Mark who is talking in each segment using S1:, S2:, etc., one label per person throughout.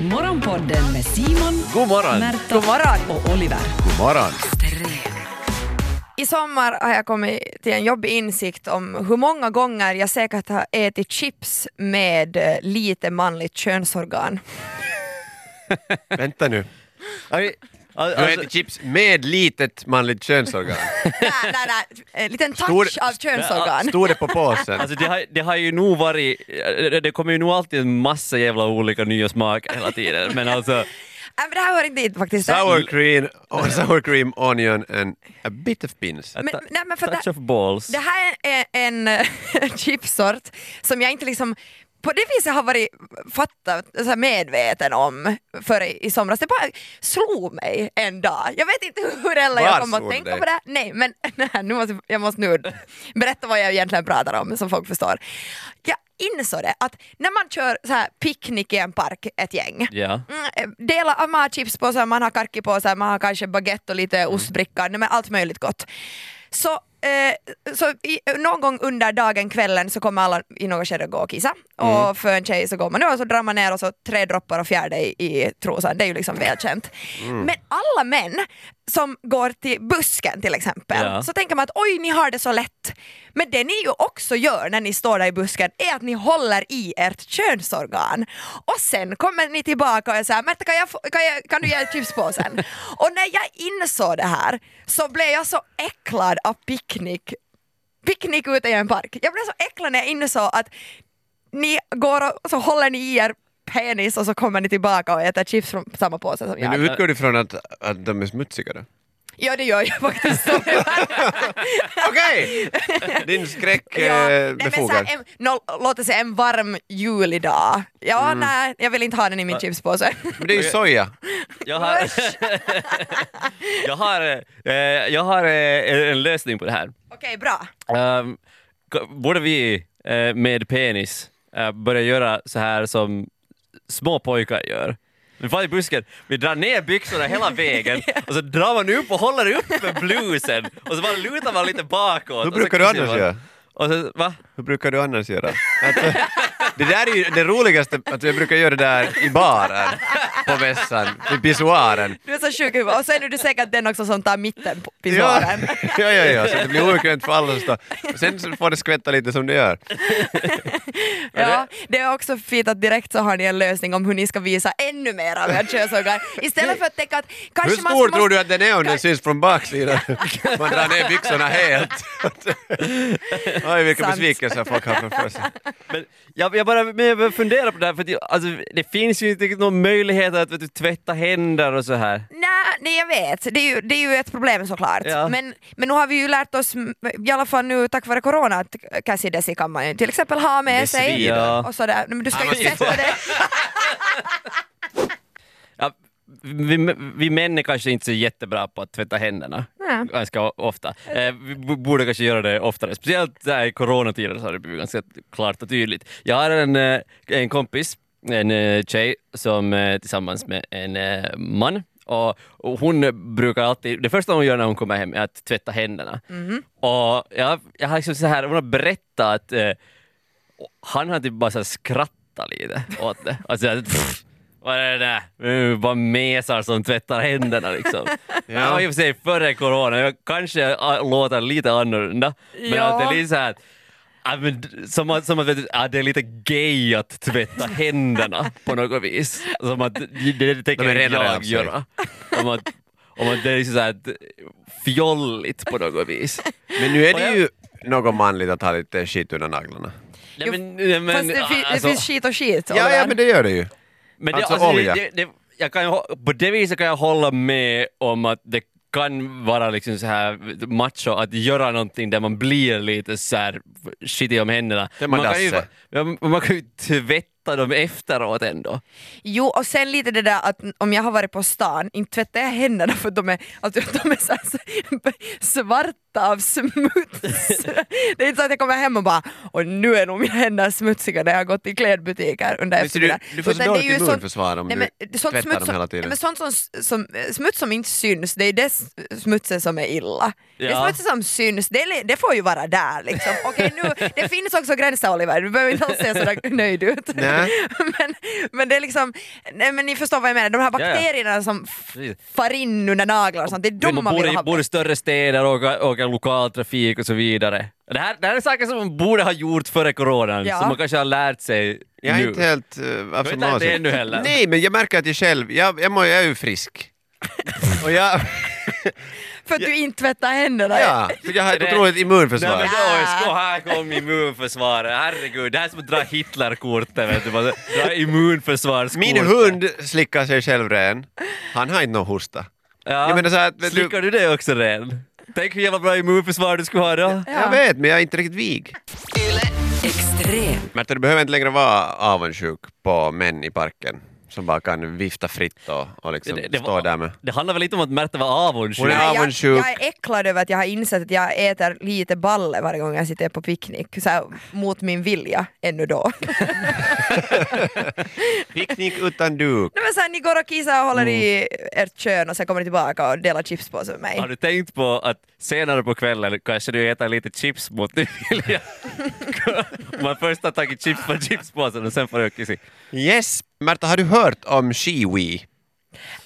S1: Morgonpodden med Simon,
S2: God morgon.
S1: Märta
S3: God morgon.
S1: och Oliver.
S2: God morgon.
S3: I sommar har jag kommit till en jobbig insikt om hur många gånger jag säkert har ätit chips med eh, lite manligt könsorgan.
S2: Vänta nu.
S4: Aj, al-
S2: Du
S4: alltså,
S2: äter chips med litet manligt könsorgan.
S3: nej, nej, nej. En liten touch
S2: Stor-
S3: av könsorgan.
S2: Stod det på påsen?
S4: alltså det, har, det har ju nog varit, det det kommer ju nog alltid en massa jävla olika nya smaker hela tiden, men alltså
S3: Nej, men det här hör inte dit faktiskt.
S2: Sour cream, oh, sour cream, onion and a bit of pins.
S3: Men-
S4: ta-
S3: nej, men för
S4: touch
S3: det-
S4: of balls.
S3: Det här är en eh, chipssort som jag inte liksom på det viset har varit fattat, så här medveten om för i, i somras. Det bara slog mig en dag. Jag vet inte hur eller
S2: Var
S3: jag kom att
S2: slog
S3: tänka
S2: dig?
S3: på det. Nej, men nej, nu måste, jag måste nu berätta vad jag egentligen pratar om så folk förstår. Jag insåg det att när man kör så här picknick i en park, ett gäng,
S4: Ja.
S3: Mm, dela, ah, man har chipspåsar, man har karkipåsar, man har kanske baguette och lite ostbricka, nej, men allt möjligt gott. Så, eh, så i, någon gång under dagen, kvällen, så kommer alla i något skede gå och kissa. Och för en tjej så går man då och så drar man ner och så tre droppar och fjärde i, i trosan, det är ju liksom välkänt. Men alla män som går till busken till exempel,
S4: Ja.
S3: så tänker man att oj, ni har det så lätt. Men det ni ju också gör när ni står där i busken är att ni håller i ert könsorgan. Och sen kommer ni tillbaka och är såhär, Märta kan, jag få, kan, jag, kan du ge chipspåsen? och när jag insåg det här så blev jag så äcklad av picknick picknick ute i en park. Jag blev så äcklad när jag insåg att ni går och så håller ni i er penis och så kommer ni tillbaka och äter chips från samma påse som
S2: Men
S3: jag.
S2: nu utgår du från att, att de är smutsiga då?
S3: Ja det gör jag faktiskt.
S2: Okej! Din skräck
S3: Ja,
S2: eh,
S3: nej, men så
S2: befogad.
S3: här, en, no, låt det säga en varm julidag. Ja,
S2: Mm.
S3: nej, jag vill inte ha den i min chipspåse.
S2: Men det är ju soja.
S4: Jag har, jag har, eh, jag har eh, en lösning på det här.
S3: Okej, bra.
S4: Ehm, k- borde vi eh, med penis eh, börja göra så här som små pojkar gör? Vi far i busken, vi drar ner byxorna hela vägen och så drar man upp och håller upp med blusen och så bara lutar man lite bakåt.
S2: Hur
S4: och så
S2: brukar du
S4: kissar
S2: annars
S4: man.
S2: göra?
S4: Och så, va?
S2: Hur brukar du annars göra? Alltså, det där är ju det roligaste, att jag brukar göra det där i baren, på vässan, i pissoaren.
S3: Du är så sjuk i huvudet. Och sen är du säkert den också som tar mitten på pissoaren.
S2: Ja, ja, ja, ja, så det blir okrönt för alla som står. Sen så får det skvätta lite som det gör.
S3: Ja, det är också fint att direkt så har ni en lösning om hur ni ska visa ännu mer av ert könsorgan. Istället för att tänka att kanske
S2: Hur
S3: man
S2: stor
S3: måste-
S2: tror du att den är om den syns från baksidan? Man drar ner byxorna helt. Oj, vilka
S3: Sant.
S2: besvikelser folk har framför sig.
S4: Men jag, jag bara men jag funderar på det här för att, jag- alltså, det finns ju inte riktigt någon möjlighet att vet du, tvätta händer och så här.
S3: Nej, nej, jag vet. Det är ju, det är ju ett problem såklart.
S4: Ja.
S3: Men, men nu har vi ju lärt oss, m- i alla fall nu tack vare corona, att Cassie Desi kan man ju till exempel ha med
S2: Det
S3: sig.
S4: svider.
S3: Och sådär. Men du ska
S2: Ja,
S3: ju
S2: men-
S3: tvätta det.
S4: Ja, vi, vi män är kanske inte så jättebra på att tvätta händerna
S3: Nej.
S4: ganska o- ofta. Eh, vi b- borde kanske göra det oftare. Speciellt där i coronatider så har det blivit ganska klart och tydligt. Jag har en, eh, en kompis, en eh, tjej, som eh, tillsammans med en eh, man och och hon brukar alltid, det första hon gör när hon kommer hem är att tvätta händerna. Och jag, jag har liksom så här, hon har berättat att eh, han har typ bara så här skrattat lite åt det. Alltså, att, pff, vad är det där? Nu är det Bara mesar som tvättar händerna liksom.
S2: Ja.
S4: Det var i och för sig före corona, jag kanske ah, låter lite annorlunda. Men
S3: Ja.
S4: att det är lite så här, ah, men, d- som att, som att vet du, ah, det är lite gay att tvätta händerna på något vis. Som att det, det
S2: De är
S4: tänker inte
S2: renare av
S4: jag
S2: sig.
S4: göra. Om att, om att det är liksom så här att, fjolligt på något vis.
S2: Men nu är det ju något manligt att ha lite skit under naglarna.
S4: Nej, men, nej, men,
S3: Fast det, fi-
S4: alltså-
S3: det finns skit och skit.
S2: Ja, ja,
S3: Oliver.
S2: men det gör det ju.
S4: Men
S2: Alltså
S4: det, alltså,
S2: olja.
S4: det, det, det, jag kan, ju hå- på det viset kan jag hålla med om att det kan vara liksom så här macho att göra någonting där man blir lite så här shitty om händerna.
S2: Det är man
S4: kan ju,
S2: dasse.
S4: ja, men man kan ju tvätta dem efteråt ändå.
S3: Jo, och sen lite det där att om jag har varit på stan, inte tvättar jag händerna för de är, alltså, de är så här, s- svarta av smuts. Det är inte så att jag kommer hem och bara och nu är nog mina händer smutsiga när jag har gått i klädbutiker under
S2: Men så du,
S3: eftermiddagen.
S2: du får så
S3: Utan det är ju
S2: dåligt
S3: sånt-
S2: immunförsvar om
S3: Nej,
S2: du
S3: men, eh, sånt
S2: tvättar
S3: smuts
S2: dem
S3: som,
S2: hela
S3: nej,
S2: tiden.
S3: men sånt som, som, eh, smuts som inte syns, det är det s- smutsen som är illa. Det
S4: Ja.
S3: är smutsen som syns, det, är li- det får ju vara där liksom. Okej, nu, det finns också gränser Oliver, du behöver inte alls se sådär nöjd ut.
S2: Nej.
S3: men, men det är liksom, nej men ni förstår vad jag menar, de här
S4: Ja, ja.
S3: bakterierna som f-
S4: Precis.
S3: far in under naglar och sånt, det är
S4: Vill
S3: de
S4: man
S3: man
S4: bor,
S3: vill
S4: i,
S3: ha
S4: bor i
S3: bort.
S4: större städer, åka, åka lokaltrafik och så vidare. Det här, det här är saker som man borde ha gjort före coronan,
S3: Ja.
S4: som man kanske har lärt sig
S2: Jag är
S4: nu.
S2: inte helt... Uh,
S4: inte lärt dig ännu heller.
S2: Nej, men jag märker att jag själv, jag, jag, mår, jag är ju frisk. och jag,
S3: För att du inte tvättar händerna.
S2: ja, så jag har ett
S4: Det-
S2: otroligt
S4: Nej men
S2: immunförsvar.
S4: då, ska, här kom immunförsvaret, herregud, det här är som att dra Hitlerkortet vet du, bara dra immunförsvarskortet.
S2: Min hund slickar sig själv ren. Han har inte någon hosta.
S4: ja.
S2: Jag menar så här, vet du-
S4: Slickar du det också ren? Tänk hur jävla bra immunförsvar du skulle ha då.
S2: Jag vet, men jag är inte riktigt vig.
S1: Yle Extrem.
S2: Märta, du behöver inte längre vara avundsjuk på män i parken som bara kan vifta fritt och, och liksom stå där med.
S4: det handlar väl inte om att Märta var avundsjuk?
S2: Hon är
S3: Nej, jag,
S2: avundsjuk.
S3: jag är äcklad över att jag har insett att jag äter lite balle varje gång jag sitter på picknick, så här, mot min vilja ännu då.
S2: Picknick utan duk.
S3: Nej, men så här, ni går och kissar och håller i ert kön och sen kommer ni tillbaka och delar chipspåse med mig.
S4: Har du tänkt på att senare på kvällen kanske du äter lite chips mot din vilja? Man först har tagit chips från chipspåsen och sen får du kissa.
S2: Yes! Märta, har du hört om Shiwi?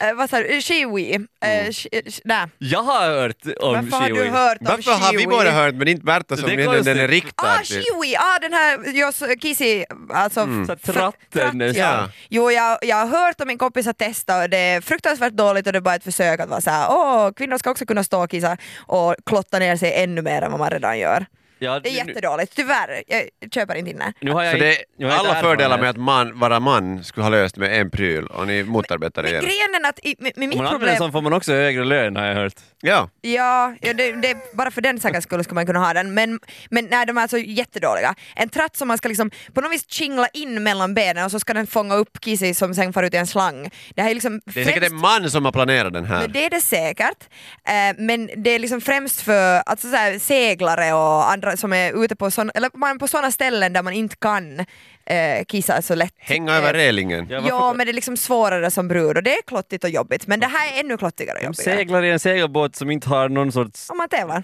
S3: Eh, vad sa du? Shiwi? Eh, shi- eh, shi- nej.
S4: Jag har hört om
S3: Varför har du
S4: shiwi.
S3: hört om
S2: Varför har vi
S3: shiwi?
S2: båda hört men inte Märta som
S4: Det är
S2: den, den är
S4: konstigt.
S2: riktad
S3: Ah,
S2: till?
S3: shiwi! Ah, den här Jos Kisi, alltså...
S4: Så att
S3: fr-
S4: tratten är så-
S2: Ja.
S3: Jo, jag, jag har hört om min kompis att testa och det är fruktansvärt dåligt och det är bara ett försök att vara såhär, åh, kvinnor ska också kunna stå och kissa och klotta ner sig ännu mer än vad man redan gör.
S4: Ja,
S3: Det är
S4: nu-
S3: jättedåligt, tyvärr. Jag köper inte in det.
S4: Nu har jag
S2: Så det
S4: inte- nu har jag inte
S2: alla fördelar
S4: erfarenhet.
S2: med att man, vara man skulle ha löst med en pryl och ni motarbetar det
S3: Men
S2: igen.
S3: grejen är att i, med, med
S4: Om
S3: mitt
S4: man använder
S3: problem...
S4: sån får man också högre lön har jag hört.
S2: Ja.
S3: Ja, ja det, det, bara för den sakens skull skulle man kunna ha den. Men, men nej, de är alltså jättedåliga. En tratt som man ska liksom på något vis kingla in mellan benen och så ska den fånga upp kissi som sen far ut i en slang. Det här är liksom
S2: Det är
S3: främst-
S2: säkert en man som har planerat den
S3: Men
S2: här.
S3: det är det säkert, eh, men det är liksom främst för alltså, så här, seglare och andra som är ute på sådana, eller man på sådana ställen där man inte kan eh, kissa så lätt.
S2: Hänga över
S3: Eh,
S2: relingen.
S4: Ja,
S3: Ja
S4: varför-
S3: men det är liksom svårare som brud och det är klottigt och jobbigt men det här är ännu klottigare och
S4: De
S3: jobbigare.
S4: seglar i en segelbåt som inte har någon sorts...
S3: Om man tävlar.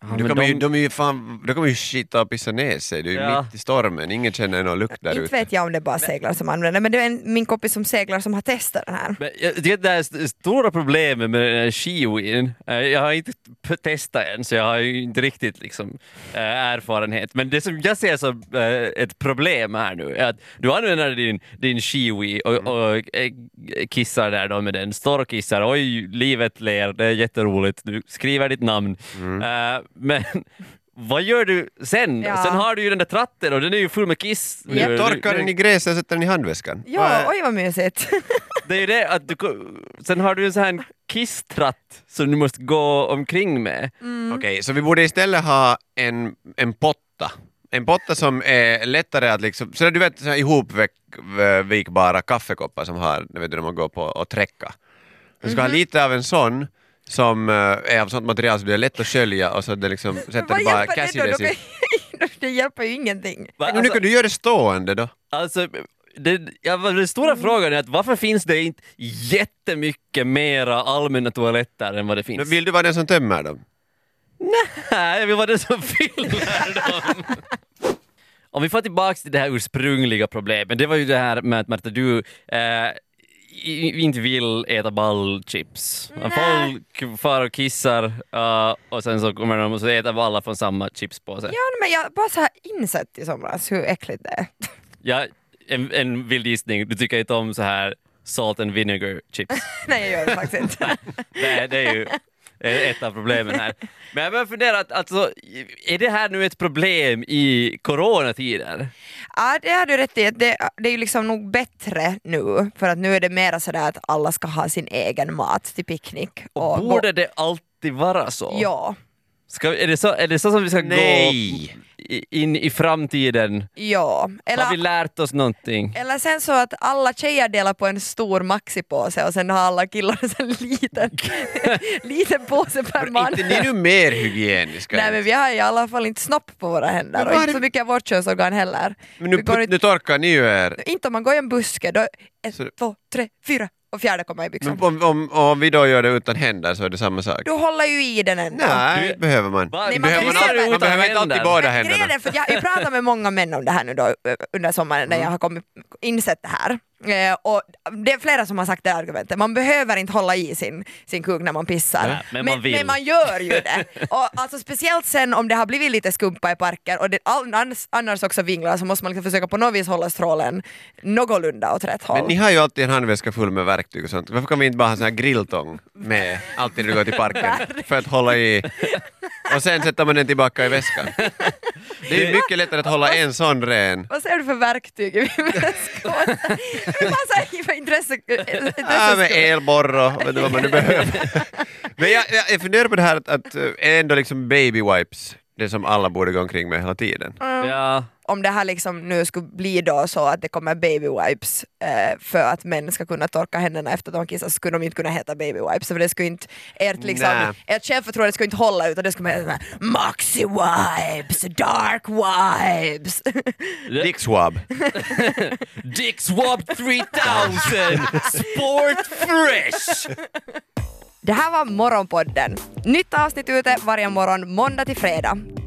S4: Ja,
S2: Du
S4: men
S2: kommer
S4: de-
S2: ju, de är ju fan, du kommer ju skita och pissa ner sig, du är ju
S4: Ja.
S2: mitt i stormen, ingen känner någon lukt där
S3: Inte
S2: ute.
S3: vet jag om det är bara seglare som använder men det är en, min kompis som seglar som har testat den här.
S4: Men jag tycker att det här st- stora problemet med den här shiwin, eh, jag har inte p- testat än så jag har ju inte riktigt liksom, eh, erfarenhet, men det som jag ser som eh, ett problem här nu är att du använder din, din shiwi och, och eh, kissar där då med den, står och kissar, oj livet ler, det är jätteroligt, du skriver ditt namn. Eh, men vad gör du sen? då?
S3: Ja.
S4: Sen har du ju den där tratten och den är ju full med kiss. nu.
S3: Japp.
S2: Torkar den i gräset och sätter den i handväskan.
S3: Ja,
S2: Vad-
S3: oj vad mysigt.
S4: Det är ju det att du, ko- sen har du en sån här kisstratt som du måste gå omkring med.
S3: Mm.
S2: Okej, så vi borde istället ha en, en potta. En potta som är lättare att liksom, så du vet så här ihopvikbara kaffekoppar som har, du vet du, när man går på och träcka. Du ska ha
S3: Mhm.
S2: lite av en sån som eh, är av sånt material så det är lätt att skölja och så det liksom sätter
S3: Vad
S2: du bara
S3: hjälper det
S2: Cassidy
S3: då?
S2: sin...
S3: De kan- Det hjälper ju ingenting.
S4: Va?
S2: Men nu kan du göra det stående då.
S4: Alltså, det, ja, vad- den
S2: Mm.
S4: stora frågan är att varför finns det inte jättemycket mera allmänna toaletter än vad det
S2: Men
S4: finns?
S2: vill du vara den som tömmer dem?
S4: Nej, jag vill vara den som fyller dem. Om vi får tillbaka till det här ursprungliga problemet, det var ju det här med att Marta, du eh, i- inte vill äta ballchips. Folk far och kissar eh, och sen så kommer de och så äter alla från samma chipspåse.
S3: Ja men jag har bara så här insett i somras hur äckligt det är.
S4: Ja, en, en vild gissning, du tycker inte om så här salt and vinegar chips.
S3: Nej jag gör det faktiskt inte.
S4: Det, är- det är ju ett av problemen här. Men jag börjar fundera, att, alltså, är det här nu ett problem i coronatider?
S3: Ja, det har du rätt i. Det, det är ju liksom nog bättre nu, för att nu är det mera sådär att alla ska ha sin egen mat till picknick.
S4: Och
S3: gå-
S4: borde det alltid vara så?
S3: Ja,
S4: Ska, är, det så är det så som vi ska
S2: Nej.
S4: gå i- in i framtiden?
S3: ja.
S4: Har vi
S3: Eller,
S4: lärt oss någonting?
S3: eller sen så att alla tjejer delar på en stor maxipåse och sen har alla killar en liten, liten påse per man.
S2: Inte ni är nu mer hygieniska.
S3: Nej men vi har i alla fall inte snopp på våra händer
S2: Men
S3: och
S2: vad är
S3: inte så
S2: det-
S3: mycket av vårt könsorgan heller.
S2: Men nu,
S3: Vi går
S2: put, nu torkar ni ju er.
S3: inte om man går i en buske, då ett,
S2: Så-
S3: två, tre, fyra och fjärde kommer i byxan.
S2: Men om, om, om vi då gör det utan händer så är det samma sak?
S3: Du håller ju i den ändå.
S2: Nej,
S4: Du-
S2: det behöver man.
S4: Bara-
S3: Nej, man
S2: behöver
S3: kan
S2: man,
S3: göra
S2: alltid,
S3: det
S2: man
S3: utan
S2: behöver inte alltid
S4: händer.
S2: båda
S3: Men grejen
S2: händerna.
S3: är för att jag, jag pratar med många män om det här nu då eh, under sommaren när jag har kommit, insett det här. Eh, och det är flera som har sagt det här argumentet, man behöver inte hålla i sin, sin kuk när man pissar.
S4: Nej, men man vill.
S3: men man gör ju det. Och alltså, speciellt sen om det har blivit lite skumpa i parker och det, annars, annars också vinglar så måste man liksom försöka på något vis hålla strålen någorlunda åt rätt håll.
S2: Men ni har ju alltid en handväska full med verktyg och sånt. Varför kan vi inte bara ha sån här grilltång med alltid när du går till parken? För att hålla i. Och sen sätter man den tillbaka i väskan. Det är ju mycket lättare att hålla en sån ren.
S3: Vad ser du för verktyg i min väska? Det är bara så här för intresse, intresse
S2: Ja, med elborr och vet du vad man nu behöver. Men jag, jag, jag funderar på det här att, att eh, är ändå liksom baby wipes det som alla borde gå omkring med hela tiden.
S4: Ah.
S3: Ehm.
S4: Ja.
S3: om det här liksom nu skulle bli då så att det kommer baby wipes eh, för att män ska kunna torka händerna efter att de kissar så skulle de inte kunna heta baby wipes för det skulle inte, ert,
S2: Nä.
S3: liksom, ert självförtroende skulle inte hålla utan det skulle heta sådana här maxi wipes, dark wipes.
S2: Dick Swab.
S4: Dick Swab 3000 Sport Fresh!
S3: det här var Morgonpodden. Nytt avsnitt ute varje morgon måndag till fredag.